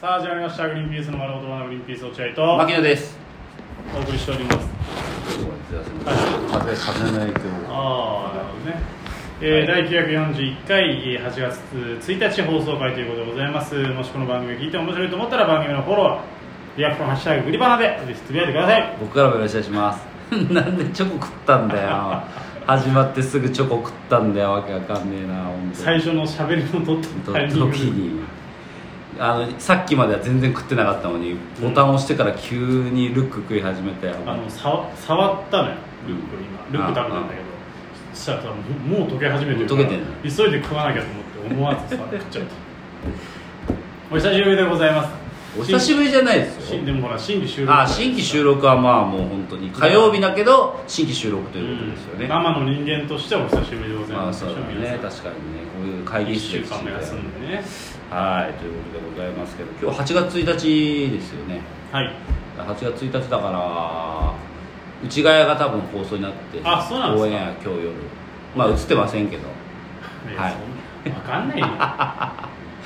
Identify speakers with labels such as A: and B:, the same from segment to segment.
A: さあ始まりましたグリーンピースの丸ごとのグリーンピース落合と
B: 牧野です。
A: お送りしております
B: 風風の影響。
A: ああなるほどね、えー
B: は
A: 第941回えー8月1日放送回ということでございますもしこの番組を聞いて面白いと思ったら番組のフォローリアクション「ハッシュタググリバナ」でぜひつぶやいてください
B: 僕からもよろしくお願いします。 なんでチョコ食ったんだよ。始まってすぐチョコ食ったんだよ。わけわかんねえな。本当
A: 最初のしゃべりの撮ったタイミン
B: 時
A: グ
B: に。あのさっきまでは全然食ってなかったのにボタンを押してから急にルック食い始めたよ、
A: あのさ触ったのよルックを今ルック食べたんだけどそしたらさもうもう溶け始めてるから
B: 溶けてんの
A: 急いで食わなきゃと思って思わずさ食っちゃったお久しぶりでございます
B: お久しぶりじゃないです
A: 新
B: よ
A: でもほら新規収録
B: あ新規収録はまあもう本当に火曜日だけど新規収録ということですよね、
A: うん生の人間としてはお久しぶりでござい
B: まあ
A: ます、
B: そうだね確かにねこういう会議
A: 1
B: 室
A: 週
B: で
A: 間も休んでね
B: はいということでございますけど今日8月1日ですよね
A: はい
B: 8月1日だから内ヶ谷が多分放送になって
A: あそうなんですか
B: オンエア今日夜まあ映ってませんけどはい
A: 分か んないよ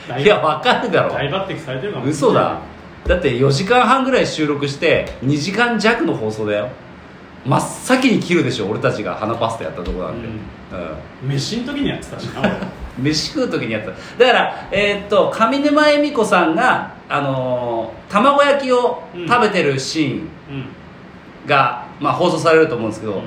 A: 大
B: いやわかるだろ
A: 大抜擢されてるかもしれない
B: 嘘だだって4時間半ぐらい収録して2時間弱の放送だよ真っ先に切るでしょ俺たちが花パスタやったとこなんで、うん
A: 飯の時にやってたしな俺
B: 飯食う時にやっただからえーっと上沼恵美子さんがあのー卵焼きを食べてるシーン
A: うん
B: が、まあ、放送されると思うんですけど、
A: うん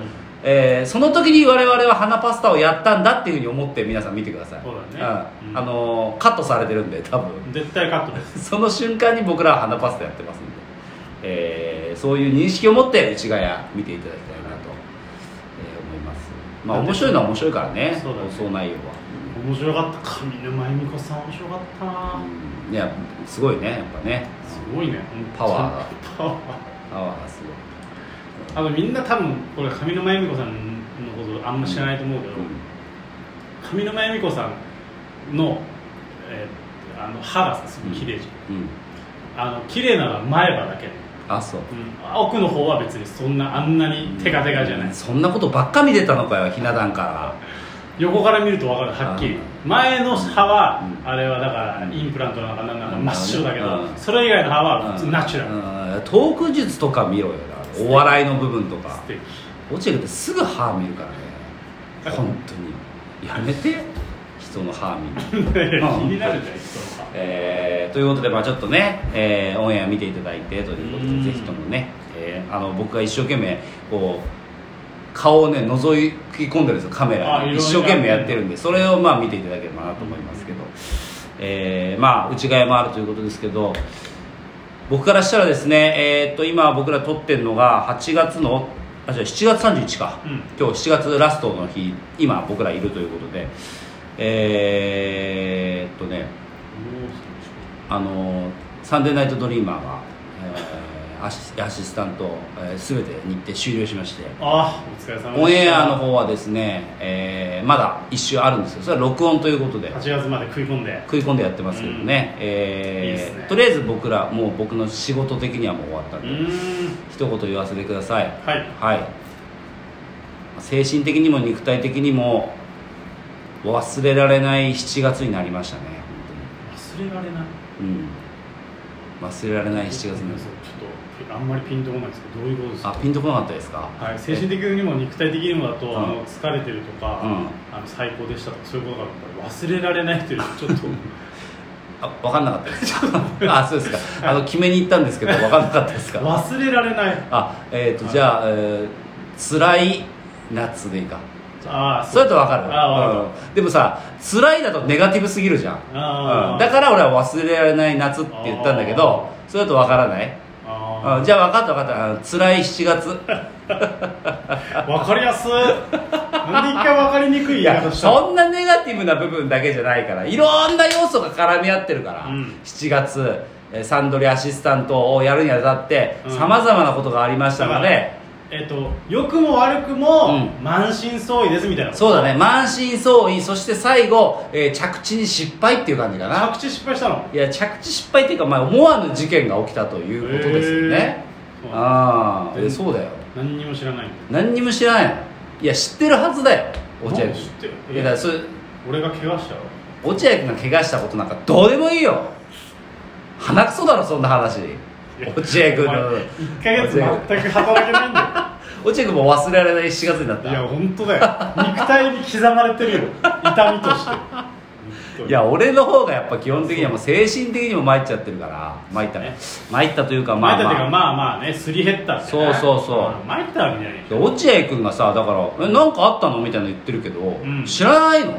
B: えーその時に我々は花パスタをやったんだっていうふうに思って皆さん見てください
A: そうだね
B: うん
A: うん
B: あのーカットされてるんで多分
A: 絶対カットです
B: その瞬間に僕らは花パスタやってますんで、えーそういう認識を持って内ヶ谷見ていただきたいなと、えー思いますまあ面白いのは面白いからね
A: そうだね
B: 放送内容は、
A: 面白かった上沼恵美子さん面白かったな
B: うんいやすごいねやっぱね
A: すごいね
B: パワー
A: ーパワー
B: パワーがすごい
A: あのみんな多分これ上沼恵美子さんのことあんま知らないと思うけど、上沼恵美子さんの,、えーあの歯がさすごい綺麗じ
B: うん、うん、
A: ゃん、あの綺麗なのは前歯だけ、
B: あそう
A: うん、奥の方は別にそんなあんなにテカテカじゃない、
B: そんなことばっか見てたのかよひな壇から
A: 横から見ると分かるはっきり前の歯は、
B: うん
A: あれはだからインプラントなんかなんか真っ白だけど、
B: うん
A: それ以外の歯は普通ナチュラル、
B: ラルトーク術とか見ろよなお笑いの部分とか
A: 素敵
B: 落ちるってすぐ歯見るからね本当にやめて人の歯見る
A: 気になるじゃん人の歯
B: えーということで、まあ、ちょっとね、えーオンエア見ていただいてということ
A: うん
B: でぜひともね、えーあの僕が一生懸命こう顔をね覗き込んでるんですよカメ
A: あい
B: ラ
A: ろい
B: に
A: ろ
B: 一生懸命やってるんでそれをまあ見ていただければなと思いますけど、えーまあ内側もあるということですけど僕からしたらですね、えー、と今僕ら撮ってるのが8月のあじゃあ7月31日か、
A: うん
B: 今日7月ラストの日今僕らいるということでえー、っとねあのサンデーナイトドリーマーが、えーアシアシスタント、えー、全て日程終了しまして
A: ああお疲れ様でした
B: オンエアの方はですね、えーまだ一周あるんですよそれは録音ということで
A: 8月まで食い込んで
B: 食い込んでやってますけどね,、
A: いいっ
B: え
A: す
B: ー
A: ね
B: とりあえず僕らもう僕の仕事的にはもう終わったん
A: う
B: で、
A: ーん
B: 一言言わせてください
A: はい
B: はい精神的にも肉体的にも忘れられない7月になりましたね
A: 忘れられない
B: 本当にうん忘れられない7月になりま
A: ち
B: し
A: ょっとあんまりピンとこないですけどどういうことです
B: たあ
A: か
B: ピンとこなかったですか
A: はい、精神的にも肉体的にもだと、
B: うん
A: あの疲れてるとか、
B: うん
A: あの最高でしたとかそういうことがあったら忘れられないとい うちょっと
B: あ分かんなかった ですあそうですかあの決めに行ったんですけど分かんなかったですか
A: 忘れられない
B: あえっ、とじゃあ、えー、辛い夏でいいか
A: ああ
B: それだと分かる
A: あわかる
B: うんでもさ辛いだとネガティブすぎるじゃん、
A: あー
B: うんだから俺は忘れられない夏って言ったんだけどそれだと分からない
A: あ
B: あじゃあ分かった分かった辛い7月
A: あ分かりやすいなんで一回分かりにくい言
B: い
A: い
B: や
A: 方したの
B: そんなネガティブな部分だけじゃないからいろんな要素が絡み合ってるから、
A: うん
B: 7月えーサンドリアシスタントをやるにあたって
A: うん
B: さまざまなことがありましたので、
A: えっと良くも悪くも、
B: うん
A: 満身創痍ですみたいな
B: そうだね満身創痍そして最後、えー着地に失敗っていう感じかな
A: 着地失敗したの
B: いや着地失敗っていうか、まあ、思わぬ事件が起きたということですよね、
A: へー
B: ああ
A: で
B: えそうだよ
A: 何にも知らないんだ
B: 何にも知らないのいや知ってるはずだよ落合
A: なんで
B: 君
A: 知ってる
B: いやだからそれ
A: 俺が怪我したよ
B: 落合君が怪我したことなんかどうでもいいよ鼻くそだろそんな話落合君
A: お前
B: の
A: 1か月全く働けないんだよ
B: 落合君も忘れられない7月になっ
A: いや
B: た
A: 本当だよ肉体に刻まれてるよ痛みとして本当に
B: いや俺の方がやっぱ基本的にはもう精神的にも参っちゃってるから参ったね参ったというか
A: ま
B: ま
A: あ
B: あ
A: まあ、まあ、
B: まあ
A: まあまあねすり減ったってね
B: そうそうそう
A: うん参ったわけじゃない
B: 落合君がさだから「えなんかあったの?」みたいなの言ってるけど、
A: ん
B: 知らないの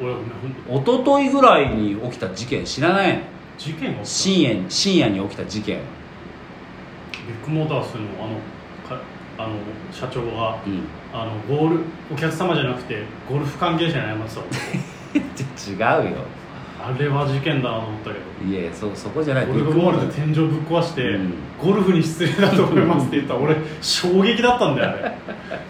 A: 俺ほんと
B: 一昨日ぐらいに起きた事件知らないの
A: 事件が起き
B: 深夜に深夜に起きた事件
A: たビッグモータースのあのかあの社長が
B: うん
A: あのゴールお客様じゃなくてゴルフ関係者に謝ってたわ
B: 違うよ
A: あれは事件だなと思ったけど
B: いえそそこじゃない
A: ゴルフボールで天井ぶっ壊して、
B: うん
A: ゴルフに失礼だと思いますって言ったら俺衝撃だったんだよあれ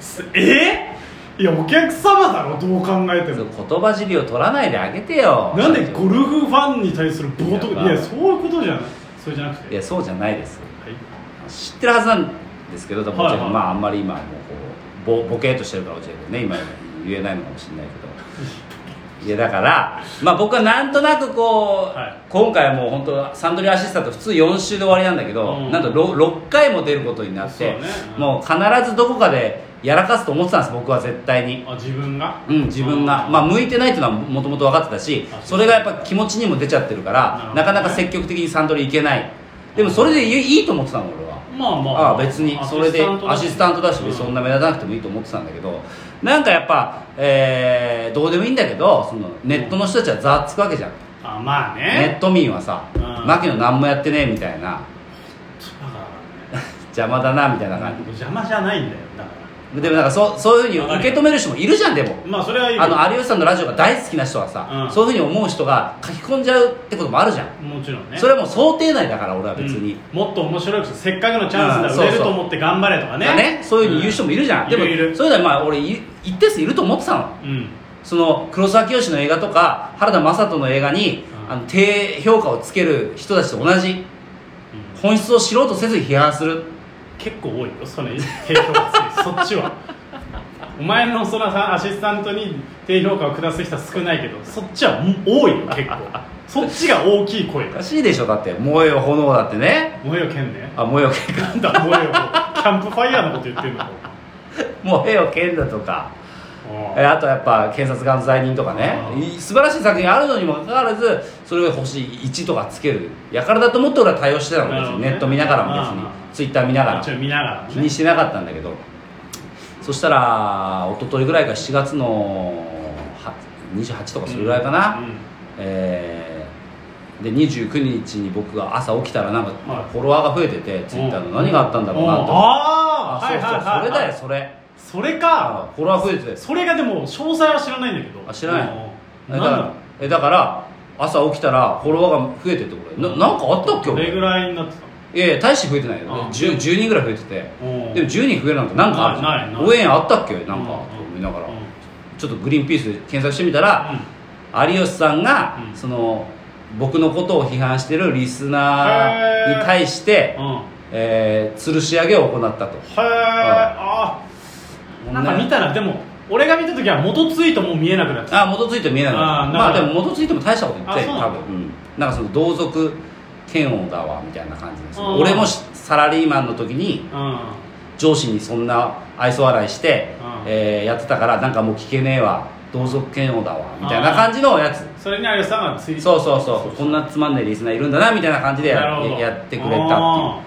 A: すえー、いやお客様だろどう考えて
B: そう
A: も
B: 言葉尻を取らないであげてよ
A: なんでゴルフファンに対する冒
B: いや
A: 涜
B: ま
A: い
B: あ
A: やそういうことじゃないそれじゃなく
B: い
A: て
B: やそうじゃないです
A: はい
B: 知ってるはずなんですけど多分、
A: はいはい
B: まああんまり今もうこうボボケーっとしてるから落合君ね今言えないのかもしれないけどいやだから、まあ、僕はなんとなくこう、
A: はい
B: 今回もう本当サンドリーアシスタント普通4週で終わりなんだけど、
A: うん
B: なんと 6, 回も出ることになって、
A: そうねうん
B: もう必ずどこかでやらかすと思ってたんです僕は絶対に。
A: あ自分が
B: うん、自分が、まあ、向いてないっていうのはもともと分かってたし
A: あ
B: それがやっぱ気持ちにも出ちゃってるから
A: なる
B: なか
A: ほどね
B: なか積極的にサントリー行けないでもそれでいいいいと思ってたの俺は
A: まあまあ
B: ああ別にそれでアシスタントだし
A: うん
B: そんな目立たなくてもいいと思ってたんだけどなんかやっぱ、えーどうでもいいんだけどそのネットの人たちはざわつくわけじゃん
A: あまあ
B: ネッ
A: ね
B: ト民はさ
A: うん
B: 「牧野何もやってねえ」みたい
A: だ
B: な
A: からね
B: 「邪魔だな」みたいな感
A: 邪魔じゃないんだよだから
B: じでもなんかそうそういうふうに受け止める人もいるじゃんでも
A: まあそれはいいよ
B: あの有吉さんのラジオが大好きな人はさ、
A: うん
B: そういうふうに思う人が書き込んじゃうってこともあるじゃん、
A: もちろんね
B: それはもう想定内だから俺は別に、
A: うんもっと面白いことせっかくのチャンス
B: うん
A: だ売れ
B: そう
A: る
B: そう
A: と思って頑張れとかね
B: だねそういうふうに言う人もいるじゃん、
A: うん
B: でも
A: いるいる
B: そういうのはまあ俺い一定数いると思ってたの
A: うん
B: その黒沢清の映画とか原田雅人の映画に、
A: うん
B: あの低評価をつける人たちと同じ
A: うん
B: 本質を知ろうとせずに批判する
A: 結構多いよその低評価つけそっ ちはお前のそのさアシスタントに低評価を下す人は少ないけどそっちはも多いよ結構そっちが大きい声
B: お
A: が
B: かしいでしょだって「燃えよ炎」だってね
A: 燃えよ剣ね
B: あ燃えよ剣
A: なんだ燃えよキャンプファイヤーのこと言ってんのか
B: 燃えよ剣だとか
A: お
B: え
A: 前
B: あとやっぱ検察官罪人とかね
A: うん
B: い素晴らしい作品あるのにもかかわらずそれを星1とかつけるやからだと思って俺は対応してたの
A: な
B: 別
A: るほ
B: に
A: どね
B: ネット見ながらも別
A: まあま
B: にツイッター見なが
A: あ
B: ら
A: ちょっと見ながら
B: 気
A: ね
B: にしてなかったんだけどそしたら一昨日ぐらいか7月のは28とかそれぐらいかな、
A: うんうん
B: えーで29日に僕が朝起きたらなんか
A: はい
B: フォロワーが増えててツイッターの何があったんだろうな
A: お
B: と
A: うあ
B: あ
A: あ
B: そうそうそれだよ
A: よ
B: それ
A: それか
B: あフォロワー増えてて
A: それがでも詳細は知らないんだけど
B: あ知らない
A: うんな
B: だ
A: ん
B: か
A: だ
B: らえだから朝起きたらフォロワーが増えててこれななんかあったっけ
A: ど
B: 俺
A: れぐらいになってたの
B: いやいや大して増えてないよ、
A: あ
B: 10, 10人ぐらい増えてて
A: おう
B: でも10人増えるなんてなんかあるじ
A: ない
B: ゃ
A: なんい
B: 応援あったっけなんか
A: うん
B: と思いながら
A: うん
B: ちょっとグリーンピースで検索してみたら
A: う
B: 有吉さんが
A: うん
B: その僕のことを批判してるリスナーに対して
A: んうん
B: えー吊るし上げを行ったと
A: へえああなんか見たらでも俺が見た時は元ツイートもう見えなくなってた
B: あ元ついて見えないの
A: あー
B: まあ
A: な
B: で
A: るほど
B: も元ついても大したこと言って
A: あそう
B: 多
A: なんだ
B: 分、うん、なんかその同族嫌悪だわみたいな感じです
A: あー
B: 俺もしサラリーマンの時に
A: うんあ
B: 上司にそんな愛想笑いして
A: あ、ー
B: えーやってたからなんかもう聞けねえわ同族嫌悪だわみたいな感じのやつ
A: それに有吉さんがツイート
B: そうそうそうこんなつまんないリスナーいるんだなみたいな感じでや
A: なるほど
B: やってくれたっ
A: あ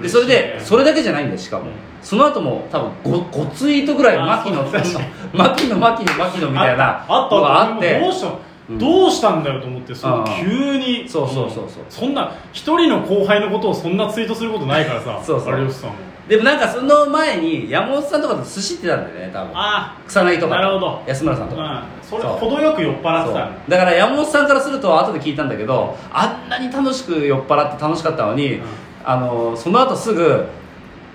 A: ー
B: ていうでそれで
A: 嬉しいね
B: それだけじゃないんですしかも、
A: うん
B: その後も多分 5, 5ツイートぐらい
A: あー
B: 牧野
A: そうそう
B: 牧野牧野牧野みたいな
A: あった
B: のが
A: あっ
B: あったて
A: 俺もどうした
B: うん
A: どうしたんだよと思ってその
B: ああ
A: 急に
B: そうそうそうそうん
A: そんな一人の後輩のことをそんなツイートすることないからさ
B: そうそう
A: 有吉さんも
B: でもなんかその前に山本さんとかと寿司行ってたんだよね多分
A: あ
B: 草薙とか
A: なるほど
B: 安村さんとか、
A: あうんそれ
B: そう
A: 程よく酔っ払っ
B: そ
A: て
B: う
A: たの
B: だから山本さんからすると後で聞いたんだけどあんなに楽しく酔っ払って楽しかったのに、
A: うん
B: あのその後すぐ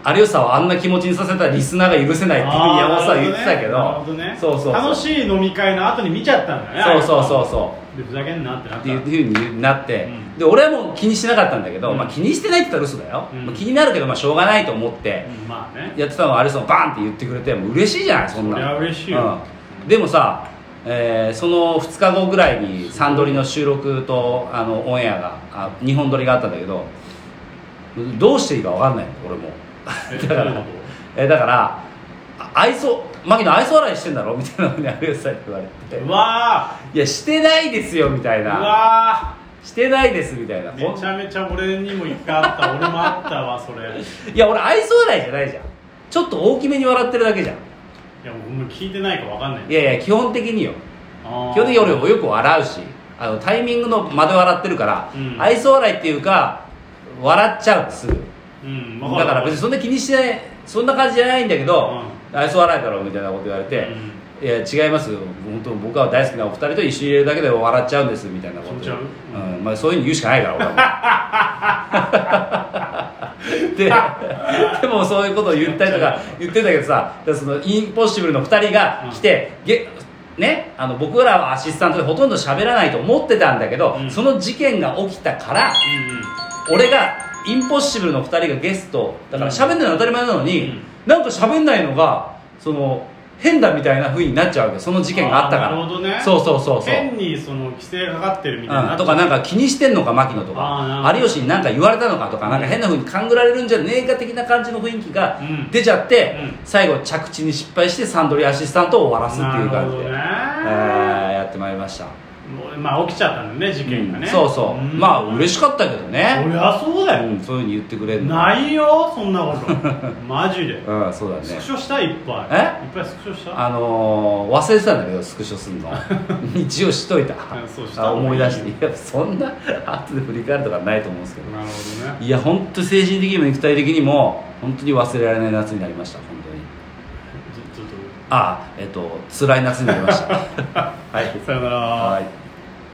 B: 有吉さんをあんな気持ちにさせたリスナーが許せないっていうふうに山本さんは言ってたけど
A: なるほどね
B: そうそうそう
A: 楽しい飲み会の後に見ちゃったんだね
B: そうそうそうそう
A: うでふざけんなってなっ
B: ったていうふうになって、
A: うん
B: で俺はもう気にしてなかったんだけど、
A: うん
B: まあ、気にしてないって言ったら嘘だよ、
A: うん
B: まあ気になるけどまあしょうがないと思って
A: うんまあね
B: やってたのを有吉さんがバンって言ってくれてもう嬉しいじゃないそんなの
A: そりゃ嬉しいよ
B: うんでもさえーその2日後ぐらいにサンドリの収録とあのオンエアがあ2本撮りがあったんだけどどうしていいか分かんないの俺も
A: え
B: だ
A: ど
B: か
A: ういう
B: ら
A: こ
B: えだからあ愛想牧野愛想笑いしてんだろみたいなのに有吉さんに言われ
A: と
B: て
A: うわ
B: いやしてないですよみたい
A: ーう
B: な
A: わ
B: してないですみたいな
A: ーめちゃめちゃ俺にも一回あった俺もあったわそれ
B: いや俺愛想笑いじゃないじゃんちょっと大きめに笑ってるだけじゃん
A: いやもうもう聞いてないかわかんない
B: いやいや基本的によ
A: 基
B: 基本的に俺もよく笑うしあのタイミングの間で笑ってるから、
A: うん
B: 愛想笑いっていうか笑っちゃうすぐ
A: うん
B: だ
A: わか
B: か
A: る
B: ら別にそんな気にしてないそんな感じじゃないんだけど、愛想笑いだろみたいなこと言われて、いや違いますよ本当僕は大好きなお二人と一緒にいるだけで笑っちゃうんですみたいなこと
A: 気持ち悪い
B: うんまあ、そういうの言うしかないから俺 はもうででもそういうことを言ったりとか言ってたけどさだからそのインポッシブルの二人が来て、げね、あの僕らはアシスタントでほとんど喋らないと思ってたんだけど、
A: うん
B: その事件が起きたか
A: う
B: ら
A: んうん
B: 俺がインポッシブルの2人がゲストだから喋んないの当たり前なのに、
A: うん
B: なんか喋んないのがその変だみたいな風になっちゃうわけその事件があったから
A: あーなるほどね
B: そうそうそうそう
A: 変にその規制がかかってるみたいに
B: う、
A: なんっちゃ
B: と
A: う
B: かなんか気にしてんのか牧野と
A: あーなる
B: か
A: ほど
B: 有吉に何か言われたのかとかなんか変な風に勘ぐられるんじゃねえか的な感じの雰囲気が
A: うん
B: 出ちゃって、
A: うん
B: 最後着地に失敗してサンドリーアシスタントを終わらすっていう
A: なる
B: 感
A: ほ
B: じ
A: ど
B: で、
A: ね
B: えーやってまいりました、
A: もうまあ起きちゃったんだね事件がね、
B: うんそうそう、まあ嬉
A: しい
B: しかったけどね、
A: 俺はそうだよ、
B: うん、そういう風に言ってくれるの
A: ないよそんな ことマジで
B: うんそうだね
A: スクショしたいっぱい
B: え
A: いっぱいスクショした
B: あのー忘れてたんだけどスクショす んの一応しといた
A: んそうした
B: あ思い出し
A: いい
B: ていやそんな後で振り返るとかないと思うんですけど
A: なるほどね
B: いや本当精神的にも肉体的にも本当に忘れられない夏になりました本当に
A: ちょちょっ
B: ああえっと辛い夏になりました はい
A: とさよなら
B: はい